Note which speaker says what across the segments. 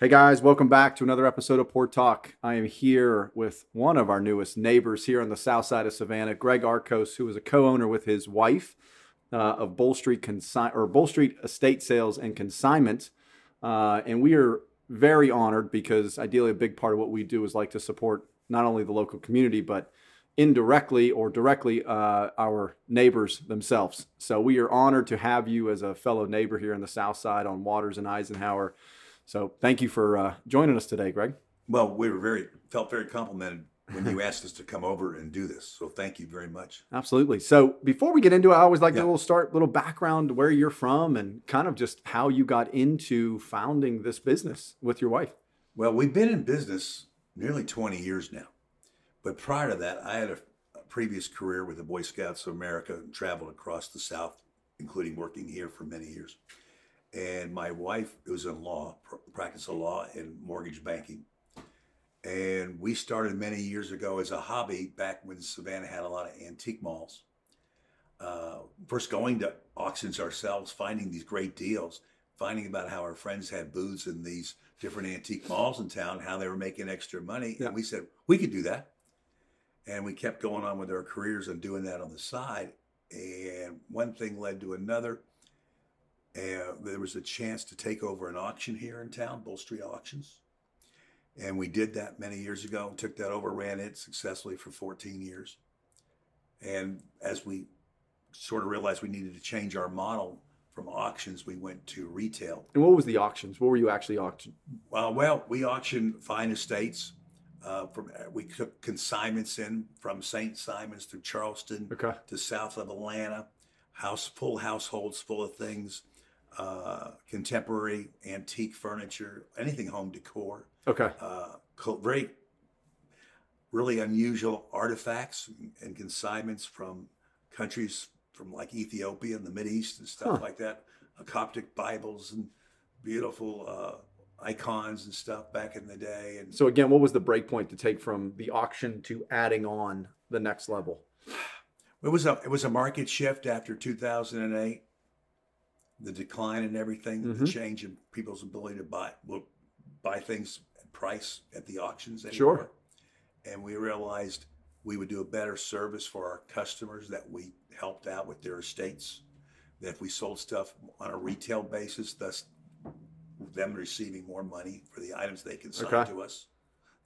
Speaker 1: Hey guys, welcome back to another episode of Port Talk. I am here with one of our newest neighbors here on the south side of Savannah, Greg Arcos, who is a co-owner with his wife uh, of Bull Street Consign or Bull Street Estate Sales and Consignment, uh, and we are very honored because ideally a big part of what we do is like to support not only the local community but indirectly or directly uh, our neighbors themselves. So we are honored to have you as a fellow neighbor here in the south side on Waters and Eisenhower. So thank you for uh, joining us today, Greg.
Speaker 2: Well, we were very felt very complimented when you asked us to come over and do this. So thank you very much.
Speaker 1: Absolutely. So before we get into it, I always like to
Speaker 2: Yeah.
Speaker 1: little start little background where you're from and kind of just how you got into founding this business with your wife.
Speaker 2: Well, we've been in business nearly 20 years now. But prior to that, I had a, a previous career with the Boy Scouts of America and traveled across the South, including working here for many years. And my wife was in law, pr- practice of law and mortgage banking. And we started many years ago as a hobby back when Savannah had a lot of antique malls. Uh, first, going to auctions ourselves, finding these great deals, finding about how our friends had booths in these different antique malls in town, how they were making extra money.
Speaker 1: Yeah.
Speaker 2: And we said, we could do that. And we kept going on with our careers and doing that on the side. And one thing led to another. And there was a chance to take over an auction here in town, Bull Street Auctions. And we did that many years ago, took that over, ran it successfully for 14 years. And as we sort of realized we needed to change our model from auctions, we went to retail.
Speaker 1: And what was the auctions? What were you actually auctioning?
Speaker 2: Well, Uh, well, we auctioned fine estates. Uh, from we took consignments in from St. Simons to Charleston
Speaker 1: Okay.
Speaker 2: to south of Atlanta, house full households full of things, uh, contemporary antique furniture, anything home decor,
Speaker 1: Okay.
Speaker 2: uh, co- very really unusual artifacts and consignments from countries from like Ethiopia and the Mid East and stuff
Speaker 1: Huh.
Speaker 2: like that, uh, Coptic Bibles and beautiful uh, icons and stuff back in the day, and
Speaker 1: So again, what was the break point to take from the auction to adding on the next level?
Speaker 2: It was a it was a market shift after 2008, the decline in everything, the
Speaker 1: Mhm.
Speaker 2: change in people's ability to buy well, buy things at price at the auctions. Anymore.
Speaker 1: Sure.
Speaker 2: And we realized we would do a better service for our customers that we helped out with their estates, that if we sold stuff on a retail basis, thus them receiving more money for the items they consigned
Speaker 1: Okay.
Speaker 2: to us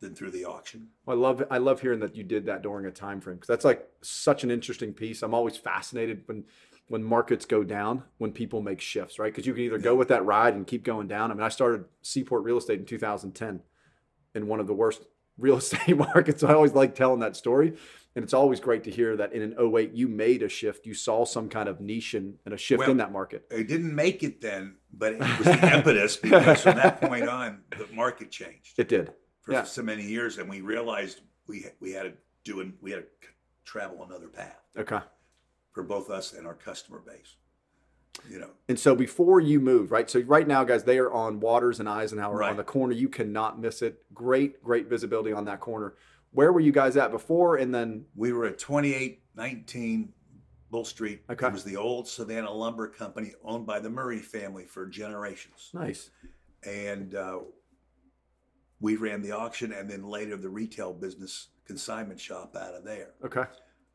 Speaker 2: than through the auction.
Speaker 1: Well, I love I love hearing that you did that during a time frame because that's like such an interesting piece. I'm always fascinated when when markets go down when people make shifts, right? Because you can either go with that ride and keep going down. I mean, I started Seaport Real Estate in 2010 in one of the worst real estate markets. I always like telling that story, and it's always great to hear that in an 08 you made a shift. You saw some kind of niche and, and a shift
Speaker 2: Well,
Speaker 1: in that market.
Speaker 2: It didn't make it then, but it was the impetus because from that point on, the market changed
Speaker 1: It did.
Speaker 2: for
Speaker 1: Yeah.
Speaker 2: so many years, and we realized we we had to do and we had to travel another path
Speaker 1: Okay.
Speaker 2: for both us and our customer base. You know,
Speaker 1: And so before you move, right? So right now, guys, they are on Waters and Eisenhower on
Speaker 2: Right.
Speaker 1: the corner. You cannot miss it. Great, great visibility on that corner. Where were you guys at before? And then
Speaker 2: we were at twenty eight nineteen Bull Street.
Speaker 1: Okay.
Speaker 2: It was the old Savannah Lumber Company owned by the Murray family for generations.
Speaker 1: nice.
Speaker 2: and uh, we ran the auction and then later the retail business consignment shop out of there.
Speaker 1: Okay.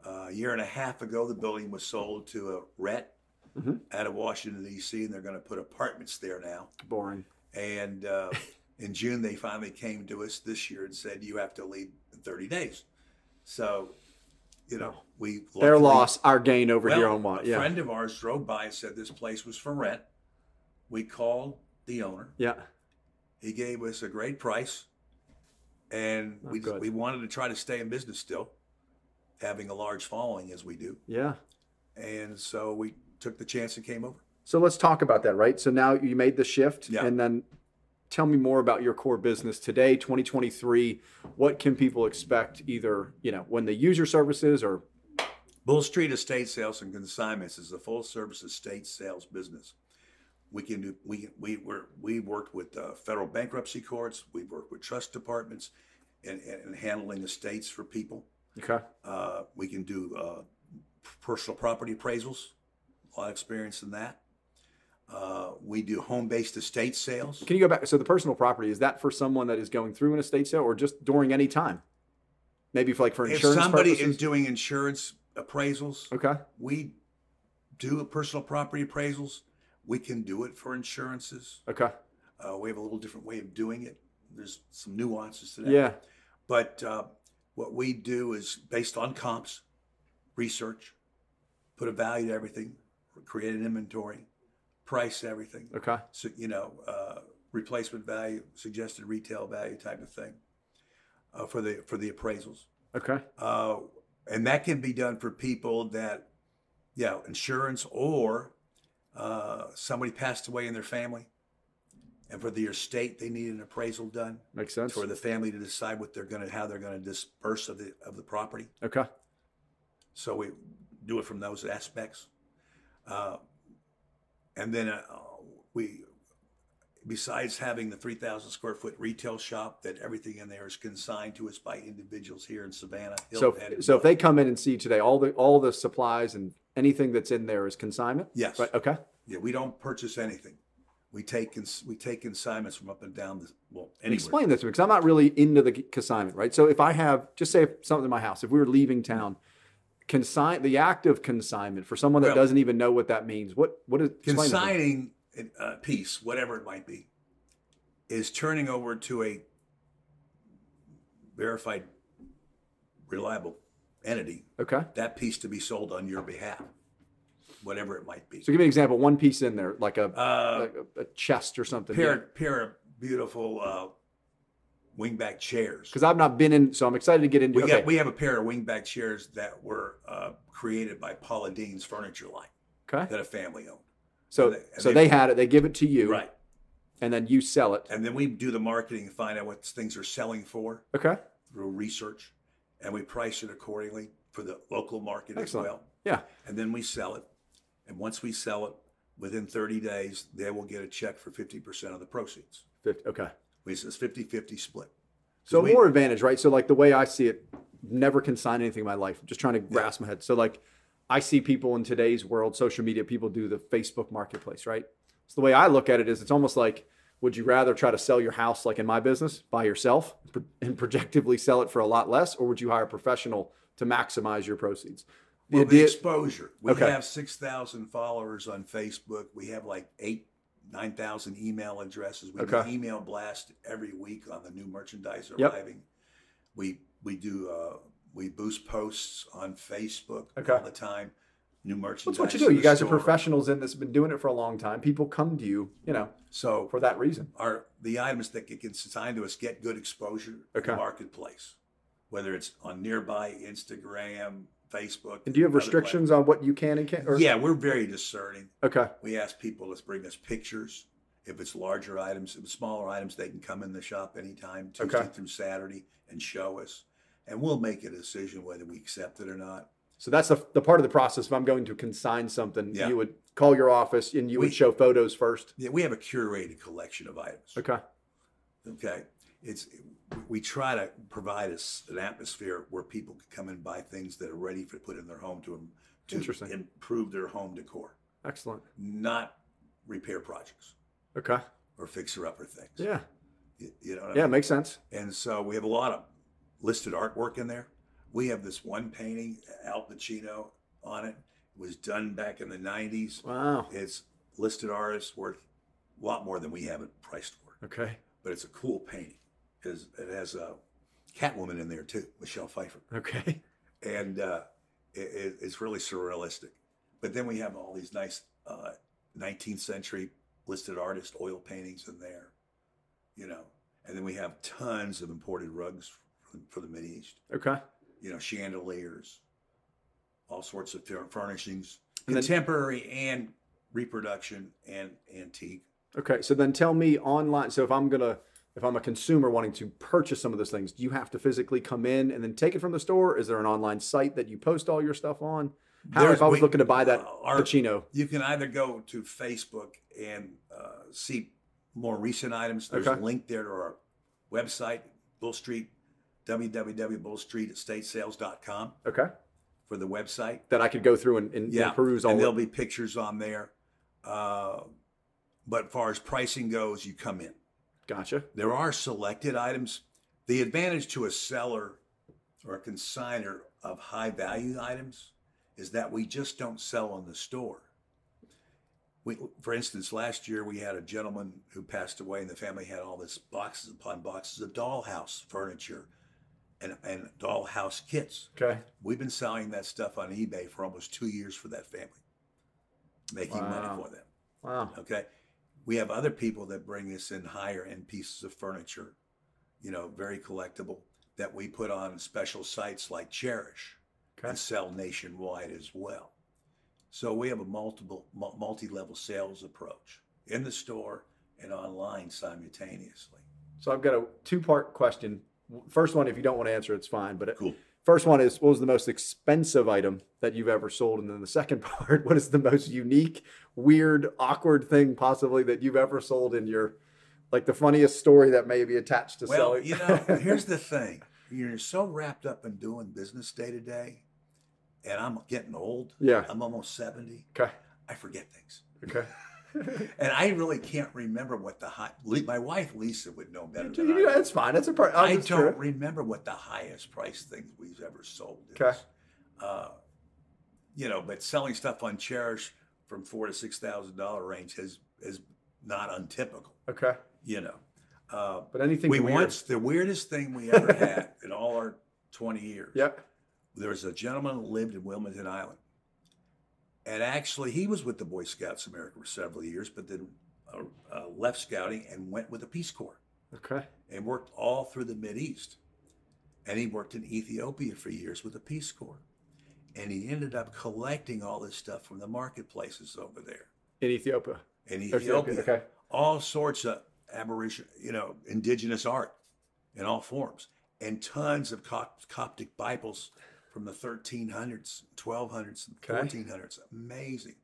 Speaker 2: a year and a half ago, the building was sold to a RET
Speaker 1: Mhm.
Speaker 2: out of Washington D.C., and they're going to put apartments there now.
Speaker 1: Boring.
Speaker 2: And uh, in June, they finally came to us this year and said, "You have to leave in 30 days." So, you know, we
Speaker 1: Their
Speaker 2: luckily-
Speaker 1: loss, our gain over
Speaker 2: well,
Speaker 1: here on one.
Speaker 2: A
Speaker 1: Yeah.
Speaker 2: friend of ours drove by and said this place was for rent. We called the owner.
Speaker 1: Yeah.
Speaker 2: He gave us a great price, and
Speaker 1: Oh,
Speaker 2: we
Speaker 1: good.
Speaker 2: we wanted to try to stay in business still, having a large following as we do,
Speaker 1: Yeah.
Speaker 2: and so we took the chance and came over.
Speaker 1: So let's talk about that, right? So now you made the shift,
Speaker 2: Yeah.
Speaker 1: and then tell me more about your core business today, 2023. What can people expect, either you know when they use your services or
Speaker 2: Bull Street Estate Sales and Consignments is a full-service estate sales business. We can do we we were we worked with uh, federal bankruptcy courts. We worked with trust departments, and, and, and handling estates for people.
Speaker 1: okay,
Speaker 2: Uh, we can do uh, personal property appraisals. A lot of experience in that. Uh, we do home based estate sales.
Speaker 1: Can you go back? So the personal property is that for someone that is going through an estate sale, or just during any time? Maybe for like for
Speaker 2: If
Speaker 1: insurance
Speaker 2: somebody
Speaker 1: purposes.
Speaker 2: is doing insurance appraisals,
Speaker 1: okay.
Speaker 2: we do a personal property appraisals. We can do it for insurances.
Speaker 1: Okay.
Speaker 2: Uh, we have a little different way of doing it. There's some nuances to that.
Speaker 1: Yeah.
Speaker 2: But uh, what we do is based on comps, research, put a value to everything, create an inventory, price everything.
Speaker 1: Okay.
Speaker 2: So you know, uh, replacement value, suggested retail value type of thing uh, for the for the appraisals.
Speaker 1: Okay.
Speaker 2: Uh, and that can be done for people that, yeah, insurance or uh, somebody passed away in their family, and for the estate they need an appraisal done
Speaker 1: Makes sense.
Speaker 2: for the family to decide what they're going to how they're going to disperse of the of the property.
Speaker 1: Okay.
Speaker 2: So we do it from those aspects, uh, and then uh, we, besides having the three thousand square foot retail shop that everything in there is consigned to us by individuals here in Savannah.
Speaker 1: So
Speaker 2: Hilton,
Speaker 1: so if they come in and see today all the all the supplies and anything that's in there is consignment.
Speaker 2: yes,
Speaker 1: Right. Okay.
Speaker 2: yeah, we don't purchase anything. We take cons- we take consignments from up and down the well.
Speaker 1: And
Speaker 2: Anywhere.
Speaker 1: explain this to me because I'm not really into the consignment, right? So if I have, just say if something in my house, if we were leaving town, consign the act of consignment for someone that
Speaker 2: Well-
Speaker 1: doesn't even know what that means. What what is explain that to me.
Speaker 2: consigning a a piece, whatever it might be, is turning over to a verified, reliable entity
Speaker 1: Okay.
Speaker 2: that piece to be sold on your behalf, whatever it might be.
Speaker 1: So give me an example. One piece in there, like a
Speaker 2: Uh,
Speaker 1: like a, a chest or something.
Speaker 2: pair, pair of beautiful uh, wingback chairs.
Speaker 1: Because I've not been in, so I'm excited to get into.
Speaker 2: We
Speaker 1: okay.
Speaker 2: got we have a pair of wingback chairs that were uh, created by Paula Dean's furniture line
Speaker 1: okay.
Speaker 2: that a family owned.
Speaker 1: So
Speaker 2: they-
Speaker 1: so
Speaker 2: they-
Speaker 1: they had it. They give it to you, And then you sell it.
Speaker 2: And then we do the marketing and find out what things are selling for.
Speaker 1: Okay.
Speaker 2: through research and we price it accordingly for the local market
Speaker 1: Excellent.
Speaker 2: as well.
Speaker 1: Yeah.
Speaker 2: And then we sell it. And once we sell it, within 30 days, they will get a check for 50% of the proceeds.
Speaker 1: 50, okay.
Speaker 2: We it's 50 50 split.
Speaker 1: So
Speaker 2: we-
Speaker 1: more advantage, right? So like the way I see it, never consign anything in my life. I'm just trying to grasp my head. So like I see people in today's world, social media, people do the Facebook marketplace, right? So the way I look at it is it's almost like would you rather try to sell your house like in my business by yourself pro- and projectively sell it for a lot less or would you hire a professional to maximize your proceeds? The
Speaker 2: Well, the
Speaker 1: idea-
Speaker 2: exposure. We
Speaker 1: Okay.
Speaker 2: have 6,000 followers on Facebook. We have like eight, 9,000 email addresses. We do
Speaker 1: Okay.
Speaker 2: email blast every week on the new merchandise
Speaker 1: Yep.
Speaker 2: arriving. We we do uh, we boost posts on Facebook
Speaker 1: Okay.
Speaker 2: all the time. New merchandise.
Speaker 1: that's what you
Speaker 2: in
Speaker 1: do.
Speaker 2: the
Speaker 1: You guys are
Speaker 2: store.
Speaker 1: professionals in this, been doing it for a long time. People come to you, you know,
Speaker 2: So
Speaker 1: for that reason.
Speaker 2: our the items that get assigned to us get good exposure in
Speaker 1: Okay.
Speaker 2: the marketplace, whether it's on nearby Instagram, Facebook.
Speaker 1: And do you have
Speaker 2: other
Speaker 1: restrictions on what you can and can't?
Speaker 2: platforms. Yeah, we're very discerning.
Speaker 1: Okay.
Speaker 2: We ask people to bring us pictures. If it's larger items, if it's smaller items, they can come in the shop anytime, Tuesday
Speaker 1: Okay.
Speaker 2: through Saturday, and show us. And we'll make a decision whether we accept it or not.
Speaker 1: So that's the, the part of the process. If I'm going to consign something,
Speaker 2: Yeah.
Speaker 1: you would call your office and you
Speaker 2: We-
Speaker 1: would show photos first.
Speaker 2: Yeah, we have a curated collection of items.
Speaker 1: Okay.
Speaker 2: Okay. It's we try to provide us an atmosphere where people can come and buy things that are ready for put in their home to, to
Speaker 1: Interesting.
Speaker 2: improve their home decor,
Speaker 1: Excellent.
Speaker 2: not repair projects
Speaker 1: Okay.
Speaker 2: or fixer upper things.
Speaker 1: Yeah.
Speaker 2: You, you know what I
Speaker 1: Yeah.
Speaker 2: mean?
Speaker 1: Makes sense.
Speaker 2: And so we have a lot of listed artwork in there. We have this one painting, Al Pacino on it. It was done back in the 90s.
Speaker 1: Wow.
Speaker 2: It's listed artists worth a lot more than we have it priced for.
Speaker 1: Okay.
Speaker 2: but it's a cool painting because it has a Catwoman in there too, Michelle Pfeiffer,
Speaker 1: Okay.
Speaker 2: and uh, it, it, it's really surrealistic. But then we have all these nice uh, 19th century listed artist oil paintings in there, you know, and then we have tons of imported rugs from, from the Middle East,
Speaker 1: Okay.
Speaker 2: you know, chandeliers, all sorts of fur- furnishings,
Speaker 1: And then-
Speaker 2: contemporary and reproduction and antique.
Speaker 1: Okay. So then tell me online. So if I'm going to, if I'm a consumer wanting to purchase some of those things, do you have to physically come in and then take it from the store? Is there an online site that you post all your stuff on? How,
Speaker 2: There's-
Speaker 1: if I was
Speaker 2: we-
Speaker 1: looking to buy that
Speaker 2: uh, our-
Speaker 1: Pacino.
Speaker 2: You can either go to Facebook and uh, see more recent items. There's
Speaker 1: Okay.
Speaker 2: a link there to our website, Bull Street, www.bullstreetestatesales.com
Speaker 1: Okay.
Speaker 2: for the website.
Speaker 1: That I could go through and, and, and
Speaker 2: Yeah,
Speaker 1: peruse all
Speaker 2: and
Speaker 1: of
Speaker 2: there'll be pictures on there. Uh, But far as pricing goes, you come in.
Speaker 1: Gotcha.
Speaker 2: There are selected items. The advantage to a seller or a consigner of high value items is that we just don't sell in the store. We, for instance, last year we had a gentleman who passed away, and the family had all this boxes upon boxes of dollhouse furniture and, and dollhouse kits.
Speaker 1: Okay.
Speaker 2: We've been selling that stuff on eBay for almost two years for that family, making
Speaker 1: Wow.
Speaker 2: money for them.
Speaker 1: Wow.
Speaker 2: Okay. We have other people that bring us in higher end pieces of furniture, you know, very collectible that we put on special sites like Cherish
Speaker 1: Okay.
Speaker 2: and sell nationwide as well. So we have a multiple mul- multi-level sales approach in the store and online simultaneously.
Speaker 1: So I've got a two-part question. First one, if you don't want to answer, it's fine. But
Speaker 2: Cool.
Speaker 1: first one is, what was the most expensive item that you've ever sold? And then the second part, what is the most unique, weird, awkward thing possibly that you've ever sold in your, like the funniest story that may be attached to
Speaker 2: Well,
Speaker 1: selling?
Speaker 2: you know, here's the thing. You're so wrapped up in doing business day to day, and I'm getting old.
Speaker 1: yeah.
Speaker 2: I'm almost 70.
Speaker 1: Okay.
Speaker 2: I forget things.
Speaker 1: Okay.
Speaker 2: And I really can't remember what the high. Le- My wife Lisa would know better. Than I,
Speaker 1: You know,
Speaker 2: would.
Speaker 1: That's fine. That's a part.
Speaker 2: I
Speaker 1: that's
Speaker 2: don't
Speaker 1: true.
Speaker 2: remember what the highest price thing we've ever sold is.
Speaker 1: Okay.
Speaker 2: Uh, you know, but selling stuff on Cherish from four to six thousand dollar range is is not untypical.
Speaker 1: Okay.
Speaker 2: You know, uh,
Speaker 1: But anything
Speaker 2: we
Speaker 1: weird.
Speaker 2: once the weirdest thing we ever had in all our twenty years.
Speaker 1: Yep.
Speaker 2: There was a gentleman who lived in Wilmington Island. And actually, he was with the Boy Scouts of America for several years, but then uh, uh, left scouting and went with the Peace Corps
Speaker 1: Okay.
Speaker 2: and worked all through the Mid East. And he worked in Ethiopia for years with the Peace Corps. And he ended up collecting all this stuff from the marketplaces over there
Speaker 1: In Ethiopia.
Speaker 2: in
Speaker 1: Ethiopia.
Speaker 2: Ethiopia.
Speaker 1: Okay.
Speaker 2: All sorts of Aboriginal, you know, indigenous art in all forms, and tons of Cop- Coptic Bibles from the 1300s, 1200s, and
Speaker 1: Okay.
Speaker 2: 1400s. Amazing.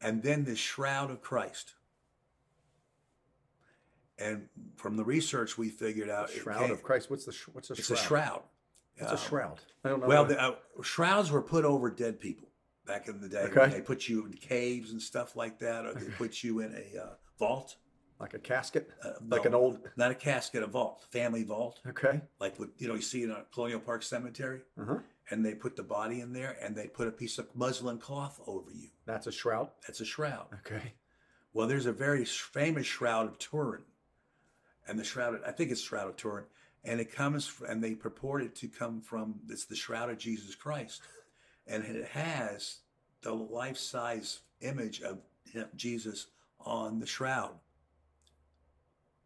Speaker 2: And then the Shroud of Christ. And from the research, we figured out it
Speaker 1: Shroud
Speaker 2: came-
Speaker 1: of Christ. What's the sh- what's a
Speaker 2: Uh, It's
Speaker 1: shroud?
Speaker 2: a shroud.
Speaker 1: It's
Speaker 2: Uh,
Speaker 1: a shroud. I don't know.
Speaker 2: well,
Speaker 1: what-
Speaker 2: the, uh, shrouds were put over dead people back in the day. when
Speaker 1: Okay.
Speaker 2: They put you in caves and stuff like that, or they put you in a uh, vault,
Speaker 1: like a casket,
Speaker 2: uh,
Speaker 1: like
Speaker 2: no,
Speaker 1: an old.
Speaker 2: not a casket, a vault, family vault,
Speaker 1: Okay.
Speaker 2: like what you know you see in a Colonial Park cemetery,
Speaker 1: Uh huh.
Speaker 2: and they put the body in there, and they put a piece of muslin cloth over you.
Speaker 1: That's a shroud.
Speaker 2: That's a shroud.
Speaker 1: Okay.
Speaker 2: Well, there's a very sh- famous Shroud of Turin, and the Shroud, of, I think it's Shroud of Turin, and it comes, fr- and they purport it to come from, it's the Shroud of Jesus Christ. And it has the life size image of him, Jesus on the shroud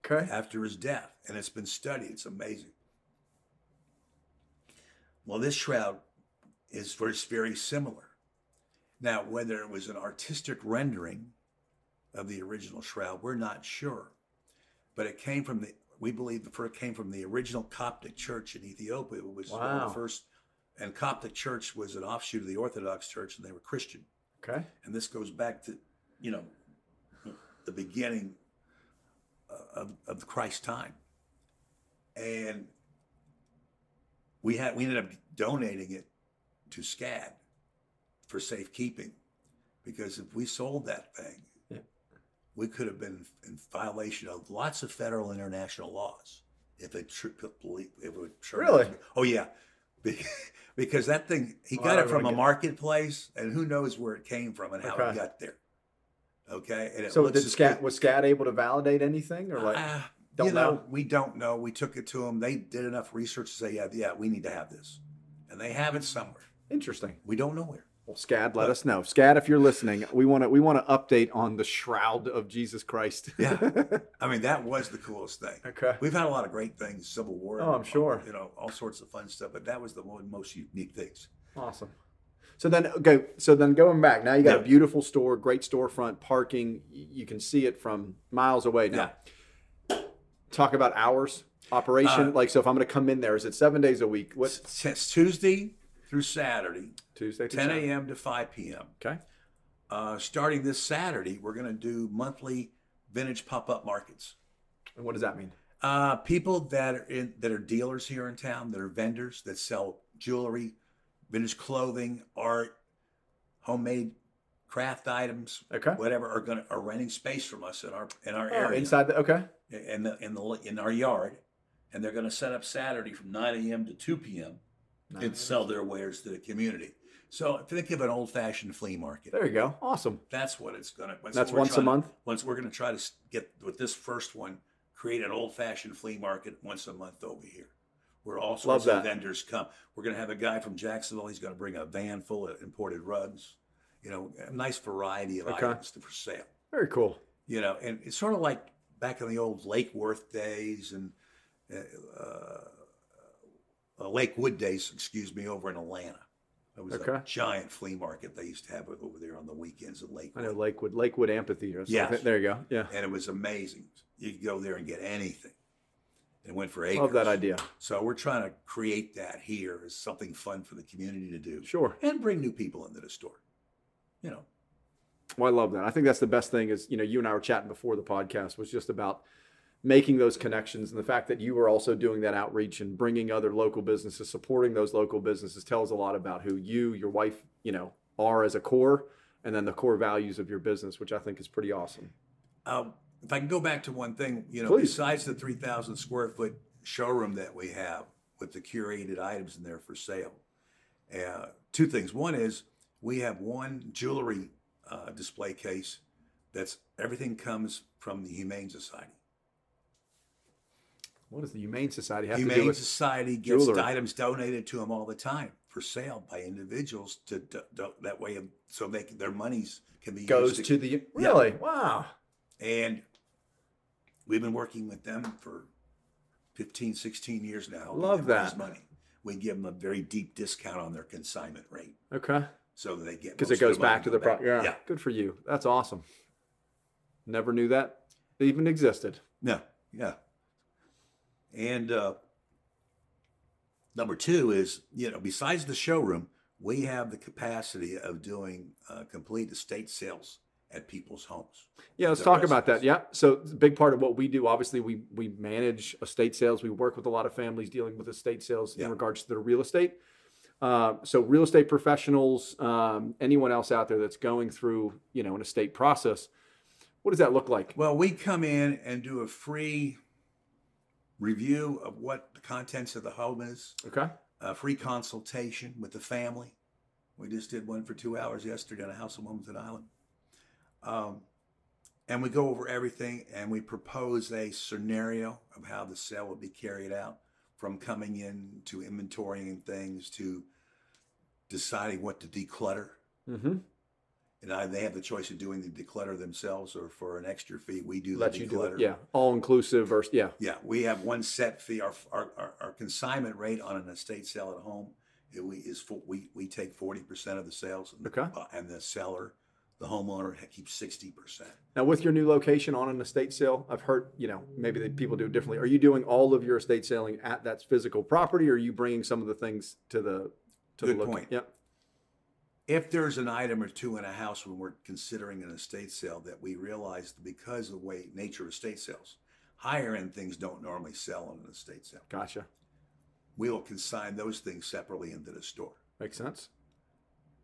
Speaker 1: Okay.
Speaker 2: after his death, and it's been studied. It's amazing. Well, this shroud is very, very similar. Now, whether it was an artistic rendering of the original shroud, we're not sure, but it came from the we believe the first came from the original Coptic Church in Ethiopia, which was one of
Speaker 1: Wow.
Speaker 2: the first, and Coptic Church was an offshoot of the Orthodox Church, and they were Christian
Speaker 1: Okay.
Speaker 2: and this goes back to you know the beginning of, of christ's time and we had we ended up donating it to scad for safekeeping because if we sold that thing
Speaker 1: Yeah.
Speaker 2: we could have been in violation of lots of federal and international laws if it, tr- if it turned out
Speaker 1: Really?
Speaker 2: to be- oh yeah Be- because that thing he
Speaker 1: Well,
Speaker 2: got
Speaker 1: I
Speaker 2: it from
Speaker 1: would've
Speaker 2: a
Speaker 1: gu-
Speaker 2: marketplace and who knows where it came from and how
Speaker 1: Okay.
Speaker 2: it got there okay and it
Speaker 1: So
Speaker 2: looks
Speaker 1: did
Speaker 2: as
Speaker 1: Scat
Speaker 2: good-
Speaker 1: was Scat able to validate anything or like?
Speaker 2: Ah,
Speaker 1: don't
Speaker 2: you know,
Speaker 1: know?
Speaker 2: we don't know we took it to them they did enough research to say yeah yeah we need to have this and they have it somewhere
Speaker 1: Interesting.
Speaker 2: we don't know where
Speaker 1: Well, Scad,
Speaker 2: Uh,
Speaker 1: let us know. Scad, if you're listening, we want to we want to update on the shroud of Jesus Christ.
Speaker 2: Yeah. i mean that was the coolest thing
Speaker 1: okay.
Speaker 2: we've had a lot of great things civil war
Speaker 1: Oh, I'm sure.
Speaker 2: you know all sorts of fun stuff but that was the one most unique things
Speaker 1: Awesome. So then, okay. So then, going back now, you got a
Speaker 2: Yeah.
Speaker 1: beautiful store, great storefront, parking. y- You can see it from miles away. Now, talk about hours operation.
Speaker 2: Uh,
Speaker 1: like, so if I'm going to come in there, is it seven days a week? What
Speaker 2: since tuesday through saturday
Speaker 1: Tuesday? to
Speaker 2: 10
Speaker 1: Saturday?
Speaker 2: a.m to 5 p.m
Speaker 1: Okay.
Speaker 2: uh, starting this Saturday, we're going to do monthly vintage pop-up markets.
Speaker 1: And what does that mean?
Speaker 2: Uh, people that are in, that are dealers here in town, that are vendors that sell jewelry, vintage clothing, art, homemade craft items,
Speaker 1: Okay.
Speaker 2: whatever, are going to are renting space from us in our in our
Speaker 1: Oh,
Speaker 2: area
Speaker 1: inside the okay.
Speaker 2: in the in the in our yard, and they're going to set up Saturday from 9 a.m. to 2 p.m. and sell their wares to the community. So think of an old-fashioned flea market.
Speaker 1: There you go. Awesome.
Speaker 2: That's what it's going to.
Speaker 1: That's once a month.
Speaker 2: Once we're going to try to s- get with this first one, create an old-fashioned flea market once a month over here. Where all sorts
Speaker 1: Love
Speaker 2: of
Speaker 1: that.
Speaker 2: vendors come. We're going to have a guy from Jacksonville. He's going to bring a van full of imported rugs. You know, a nice variety of
Speaker 1: Okay.
Speaker 2: items for sale
Speaker 1: Very cool.
Speaker 2: you know, and it's sort of like back in the old Lake Worth days and uh, uh, Lakewood days, excuse me, over in Atlanta. It was
Speaker 1: Okay.
Speaker 2: a giant flea market they used to have over there on the weekends at
Speaker 1: I
Speaker 2: Lakewood,
Speaker 1: know Lakewood Lakewood Amphitheater. So I
Speaker 2: Yes.
Speaker 1: think- There you go. Yeah.
Speaker 2: and it was amazing. You could go there and get anything. It went for acres.
Speaker 1: Love that idea.
Speaker 2: So we're trying to create that here as something fun for the community to do,
Speaker 1: Sure.
Speaker 2: and bring new people into the store. You know,
Speaker 1: Well, I love that. I think that's the best thing is, you know, you and I were chatting before the podcast was just about making those connections and the fact that you were also doing that outreach and bringing other local businesses, supporting those local businesses tells a lot about who you, your wife, you know, are as a core and then the core values of your business, which I think is pretty awesome.
Speaker 2: Um, if I can go back to one thing, you know,
Speaker 1: Please.
Speaker 2: besides the 3,000 square foot showroom that we have with the curated items in there for sale, uh, two things. One is we have one jewelry uh, display case that's everything comes from the Humane Society.
Speaker 1: What does the Humane Society have to do
Speaker 2: Humane
Speaker 1: with?
Speaker 2: Society gets
Speaker 1: jewelry?
Speaker 2: items donated to them all the time for sale by individuals to, to, to- that way of, so they can, their monies can be
Speaker 1: Goes
Speaker 2: used
Speaker 1: to the, really? Wow.
Speaker 2: And we've been working with them for 15, 16 years now. helping
Speaker 1: Love
Speaker 2: them raise
Speaker 1: that.
Speaker 2: Money. We give them a very deep discount on their consignment rate
Speaker 1: Okay.
Speaker 2: so that they get
Speaker 1: because
Speaker 2: most
Speaker 1: it
Speaker 2: of the
Speaker 1: goes
Speaker 2: money
Speaker 1: back to the pro- yeah.
Speaker 2: Yeah.
Speaker 1: good for you that's awesome never knew that even existed
Speaker 2: No. Yeah. And uh, number two is, you know, besides the showroom, we have the capacity of doing uh, complete estate sales at people's homes.
Speaker 1: yeah let's
Speaker 2: The
Speaker 1: talk about that
Speaker 2: rest
Speaker 1: yeah so it's a big part of what we do obviously we we manage estate sales we work with a lot of families dealing with estate sales
Speaker 2: Yeah.
Speaker 1: in regards to their real estate uh, so real estate professionals um, anyone else out there that's going through you know an estate process what does that look like
Speaker 2: Well, we come in and do a free review of what the contents of the home is,
Speaker 1: okay
Speaker 2: a free consultation with the family. We just did one for two hours yesterday on a House of Wilmington Island. Um, and we go over everything and we propose a scenario of how the sale would be carried out from coming in to inventorying things to deciding what to declutter.
Speaker 1: mm-hmm.
Speaker 2: And I, they have the choice of doing the declutter themselves or for an extra fee, we do
Speaker 1: let
Speaker 2: the declutter.
Speaker 1: you do it yeah all inclusive versus yeah
Speaker 2: Yeah, we have one set fee. Our, our, our- our consignment rate on an estate sale at home, it, we is for, we we take forty percent of the sales, and the,
Speaker 1: Okay.
Speaker 2: uh, and the seller, the homeowner ha- keeps sixty percent.
Speaker 1: Now, with your new location on an estate sale, I've heard, you know, maybe that people do it differently. Are you doing all of your estate selling at that physical property, or are you bringing some of the things to the to
Speaker 2: Good
Speaker 1: the loca-
Speaker 2: point.
Speaker 1: Yep.
Speaker 2: If there's an item or two in a house when we're considering an estate sale that we realize because of the way nature of estate sales, higher end things don't normally sell on an estate sale.
Speaker 1: Gotcha.
Speaker 2: We will consign those things separately into the store.
Speaker 1: Makes sense.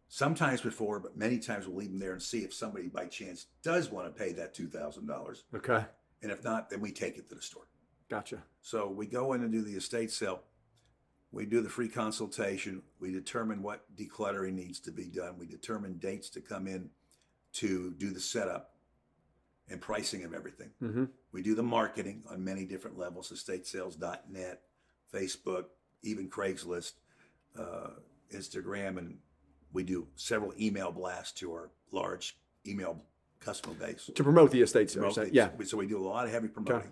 Speaker 2: Sometimes before, but many times we'll leave them there and see if somebody by chance does want to pay that two thousand dollars.
Speaker 1: Okay.
Speaker 2: And if not, then we take it to the store.
Speaker 1: Gotcha.
Speaker 2: So we go in and do the estate sale. We do the free consultation. We determine what decluttering needs to be done. We determine dates to come in to do the setup and pricing of everything.
Speaker 1: Mm-hmm.
Speaker 2: We do the marketing on many different levels estatesales.net, Facebook, even Craigslist, uh, Instagram, and we do several email blasts to our large email customer base
Speaker 1: To promote the estate sale.
Speaker 2: promote
Speaker 1: so-
Speaker 2: these.
Speaker 1: Yeah.
Speaker 2: We- So we do a lot of heavy promoting.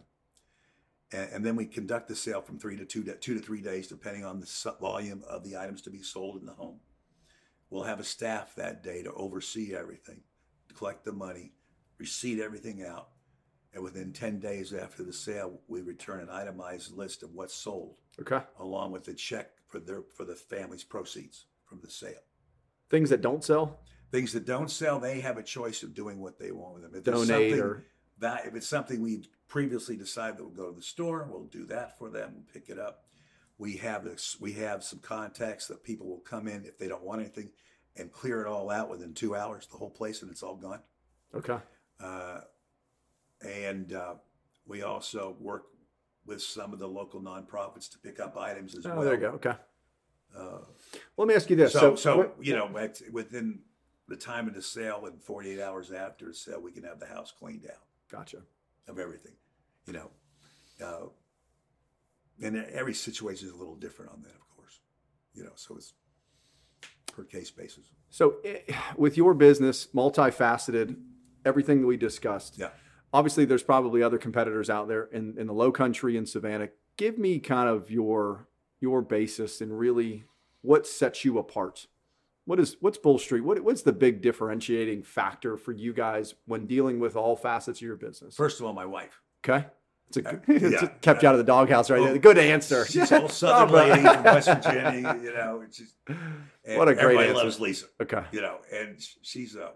Speaker 2: And, and then we conduct the sale from three to two, to two to three days, depending on the su- volume of the items to be sold in the home. We'll have a staff that day to oversee everything, to collect the money, receipt everything out. And within 10 days after the sale, we return an itemized list of what's sold,
Speaker 1: Okay.
Speaker 2: along with a check for their for the family's proceeds from the sale.
Speaker 1: Things that don't sell,
Speaker 2: Things that don't sell, they have a choice of doing what they want with them. If there's
Speaker 1: donate,
Speaker 2: something-
Speaker 1: or
Speaker 2: that if it's something we previously decided that we'll go to the store, we'll do that for them. We'll pick it up. We have this. We have some contacts that people will come in if they don't want anything, and clear it all out within two hours, the whole place, and it's all gone.
Speaker 1: Okay.
Speaker 2: Uh, and uh, we also work with some of the local nonprofits to pick up items as
Speaker 1: Oh,
Speaker 2: well.
Speaker 1: there you go. Okay.
Speaker 2: Uh,
Speaker 1: Well, let me ask you this.
Speaker 2: so, so,
Speaker 1: what-
Speaker 2: you know, at- within the time of the sale and 48 hours after it's sale, we can have the house cleaned out
Speaker 1: gotcha.
Speaker 2: of everything, you know. Uh, and every situation is a little different on that, of course, you know, so it's per case basis.
Speaker 1: So, eh, with your business, multifaceted, everything that we discussed,
Speaker 2: Yeah.
Speaker 1: obviously there's probably other competitors out there in, in the low country in Savannah. Give me kind of your your basis and really what sets you apart. What is what's Bull Street? What, what's the big differentiating factor for you guys when dealing with all facets of your business?
Speaker 2: First of all, my wife.
Speaker 1: Okay. It's a good,
Speaker 2: Uh, yeah.
Speaker 1: it's kept you out of the doghouse right
Speaker 2: Oh,
Speaker 1: there. Good answer.
Speaker 2: She's an old Southern
Speaker 1: Bravo.
Speaker 2: lady from West Virginia, you know. It's just, and
Speaker 1: What a great
Speaker 2: everybody
Speaker 1: answer.
Speaker 2: loves Lisa,
Speaker 1: Okay.
Speaker 2: you know, and sh- she's uh,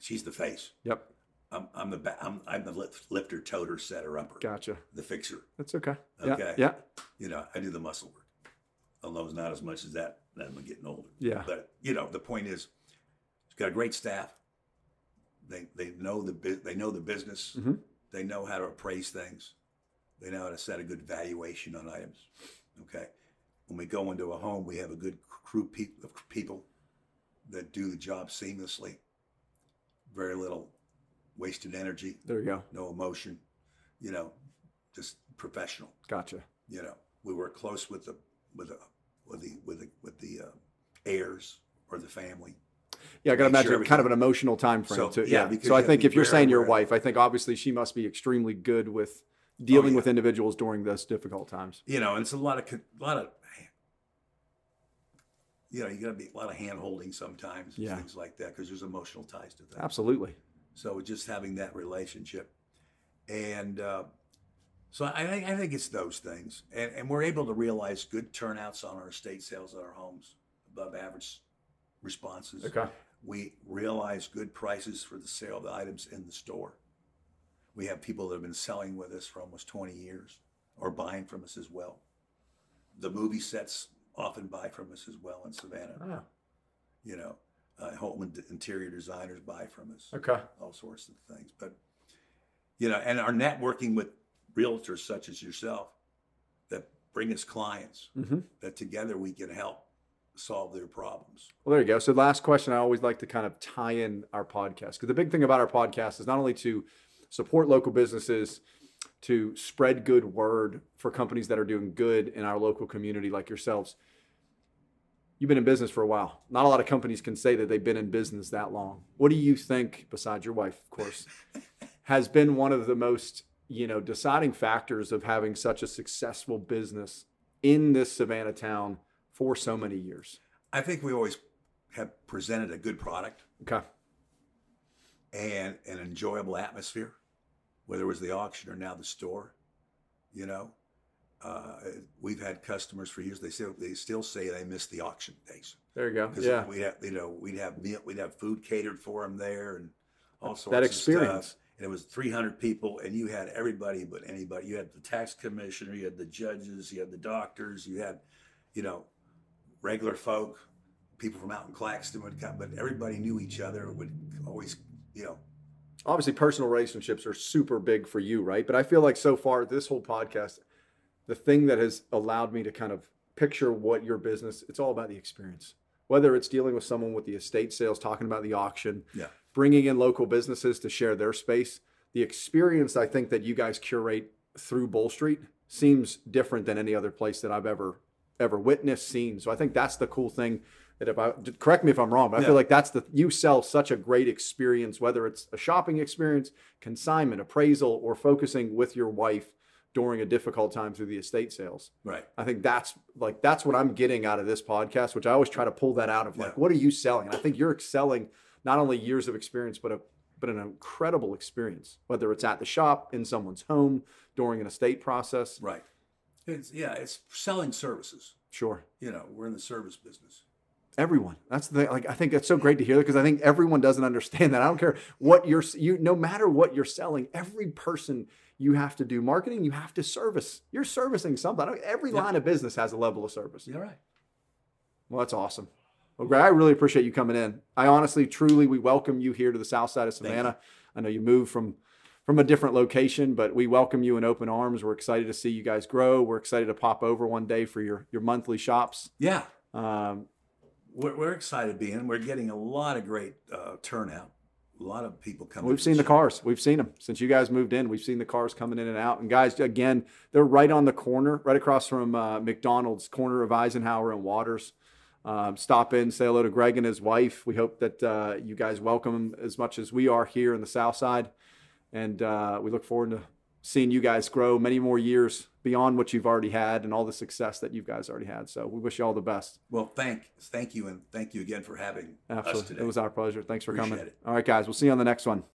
Speaker 2: she's the face.
Speaker 1: Yep.
Speaker 2: I'm, I'm the ba- I'm, I'm the lift, lifter, toter, setter, upper,
Speaker 1: Gotcha.
Speaker 2: the fixer.
Speaker 1: That's okay.
Speaker 2: Okay.
Speaker 1: Yeah.
Speaker 2: You know, I do the muscle work, although it's not as much as that. that I'm getting older.
Speaker 1: Yeah. Yeah.
Speaker 2: But you know, the point is, it's got a great staff. They they know the bu- they know the business.
Speaker 1: Mhm.
Speaker 2: They know how to appraise things. They know how to set a good valuation on items. Okay, when we go into a home, we have a good crew peop of people that do the job seamlessly. Very little wasted energy,
Speaker 1: There you go.
Speaker 2: no emotion. You know, just professional
Speaker 1: Gotcha.
Speaker 2: you know, we were close with the with the with the with the, with the uh, heirs or the family.
Speaker 1: Yeah, I got to
Speaker 2: Make sure
Speaker 1: imagine kind of an emotional time frame
Speaker 2: So,
Speaker 1: too.
Speaker 2: yeah,
Speaker 1: Yeah.
Speaker 2: because
Speaker 1: So I
Speaker 2: you have
Speaker 1: think
Speaker 2: to
Speaker 1: if you're
Speaker 2: bear
Speaker 1: saying your
Speaker 2: with-
Speaker 1: wife, I think obviously she must be extremely good with dealing
Speaker 2: Oh, yeah.
Speaker 1: with individuals during those difficult times.
Speaker 2: You know, and it's a lot of con- a lot of you know, you got to be a lot of hand holding sometimes, and
Speaker 1: Yeah.
Speaker 2: things like that, because there's emotional ties to that.
Speaker 1: Absolutely.
Speaker 2: So just having that relationship, and uh, so I think I think it's those things, and and we're able to realize good turnouts on our estate sales at our homes, above average responses.
Speaker 1: Okay.
Speaker 2: We realize good prices for the sale of the items in the store. We have people that have been selling with us for almost 20 years or buying from us as well. The movie sets often buy from us as well in Savannah.
Speaker 1: Ah,
Speaker 2: You know, uh, home and interior designers buy from us,
Speaker 1: okay.
Speaker 2: all sorts of things. But, you know, and our networking with realtors such as yourself that bring us clients
Speaker 1: hmm
Speaker 2: that together we can help solve their problems.
Speaker 1: Well, there you go. So, last question I always like to kind of tie in our podcast because the big thing about our podcast is not only to support local businesses, to spread good word for companies that are doing good in our local community, like yourselves. You've been in business for a while. Not a lot of companies can say that they've been in business that long. What do you think, besides your wife, of course, has been one of the most you know deciding factors of having such a successful business in this Savannah town for so many years?
Speaker 2: I think we always have presented a good product
Speaker 1: Okay.
Speaker 2: and an enjoyable atmosphere, whether it was the auction or now the store. You know, uh, we've had customers for years. They still they still say they miss the auction days
Speaker 1: There you go.
Speaker 2: because
Speaker 1: Yeah.
Speaker 2: we have you know we'd have meal, we'd have food catered for them there and all sorts
Speaker 1: That
Speaker 2: of
Speaker 1: experience.
Speaker 2: stuff. And it was 300 people, and you had everybody but anybody. You had the tax commissioner, you had the judges, you had the doctors, you had, you know, regular folk, people from out in Claxton would come, but everybody knew each other. Would always, you know,
Speaker 1: Obviously, personal relationships are super big for you, right? But I feel like so far, this whole podcast, the thing that has allowed me to kind of picture what your business, it's all about the experience. Whether it's dealing with someone with the estate sales, talking about the auction,
Speaker 2: Yeah.
Speaker 1: bringing in local businesses to share their space, the experience I think that you guys curate through Bull Street seems different than any other place that I've ever ever witnessed, seen. So I think that's the cool thing that if I correct me if I'm wrong, but I
Speaker 2: Yeah.
Speaker 1: feel like that's the you sell such a great experience, whether it's a shopping experience, consignment, appraisal, or focusing with your wife during a difficult time through the estate sales.
Speaker 2: right.
Speaker 1: I think that's like that's what I'm getting out of this podcast, which I always try to pull that out of like,
Speaker 2: Yeah.
Speaker 1: what are you selling? And I think you're excelling not only years of experience, but a but an incredible experience, whether it's at the shop, in someone's home, during an estate process.
Speaker 2: Right. It's yeah, it's selling services.
Speaker 1: Sure.
Speaker 2: You know, we're in the service business.
Speaker 1: Everyone. That's the thing. Like I think that's so great to hear because I think everyone doesn't understand that. I don't care what you're you no matter what you're selling, every person you have to do marketing, you have to service. You're servicing something. I don't- Every
Speaker 2: Yeah.
Speaker 1: line of business has a level of service.
Speaker 2: You're right.
Speaker 1: Well, that's awesome. Well, Greg, I really appreciate you coming in. I honestly, truly, we welcome you here to the south side of
Speaker 2: you.
Speaker 1: Savannah. I know you moved from from a different location, but we welcome you in open arms. We're excited to see you guys grow. We're excited to pop over one day for your your monthly shops.
Speaker 2: Yeah,
Speaker 1: Um,
Speaker 2: we're, we're excited being. We're getting a lot of great uh, turnout. A lot of people coming.
Speaker 1: We've
Speaker 2: to
Speaker 1: seen the
Speaker 2: show.
Speaker 1: cars. We've seen them since you guys moved in. We've seen the cars coming in and out. And guys, again, they're right on the corner, right across from uh, McDonald's, corner of Eisenhower and Waters. Um, stop in, say hello to Greg and his wife. We hope that uh, you guys welcome them as much as we are here in the South Side, and uh, we look forward to seeing you guys grow many more years beyond what you've already had and all the success that you guys already had. So we wish you all the best.
Speaker 2: Well, thank, thank you, and thank you again for having us
Speaker 1: Absolutely,
Speaker 2: today.
Speaker 1: it was our pleasure. Thanks for coming.
Speaker 2: Appreciate it.
Speaker 1: All right, guys, we'll see you on the next one.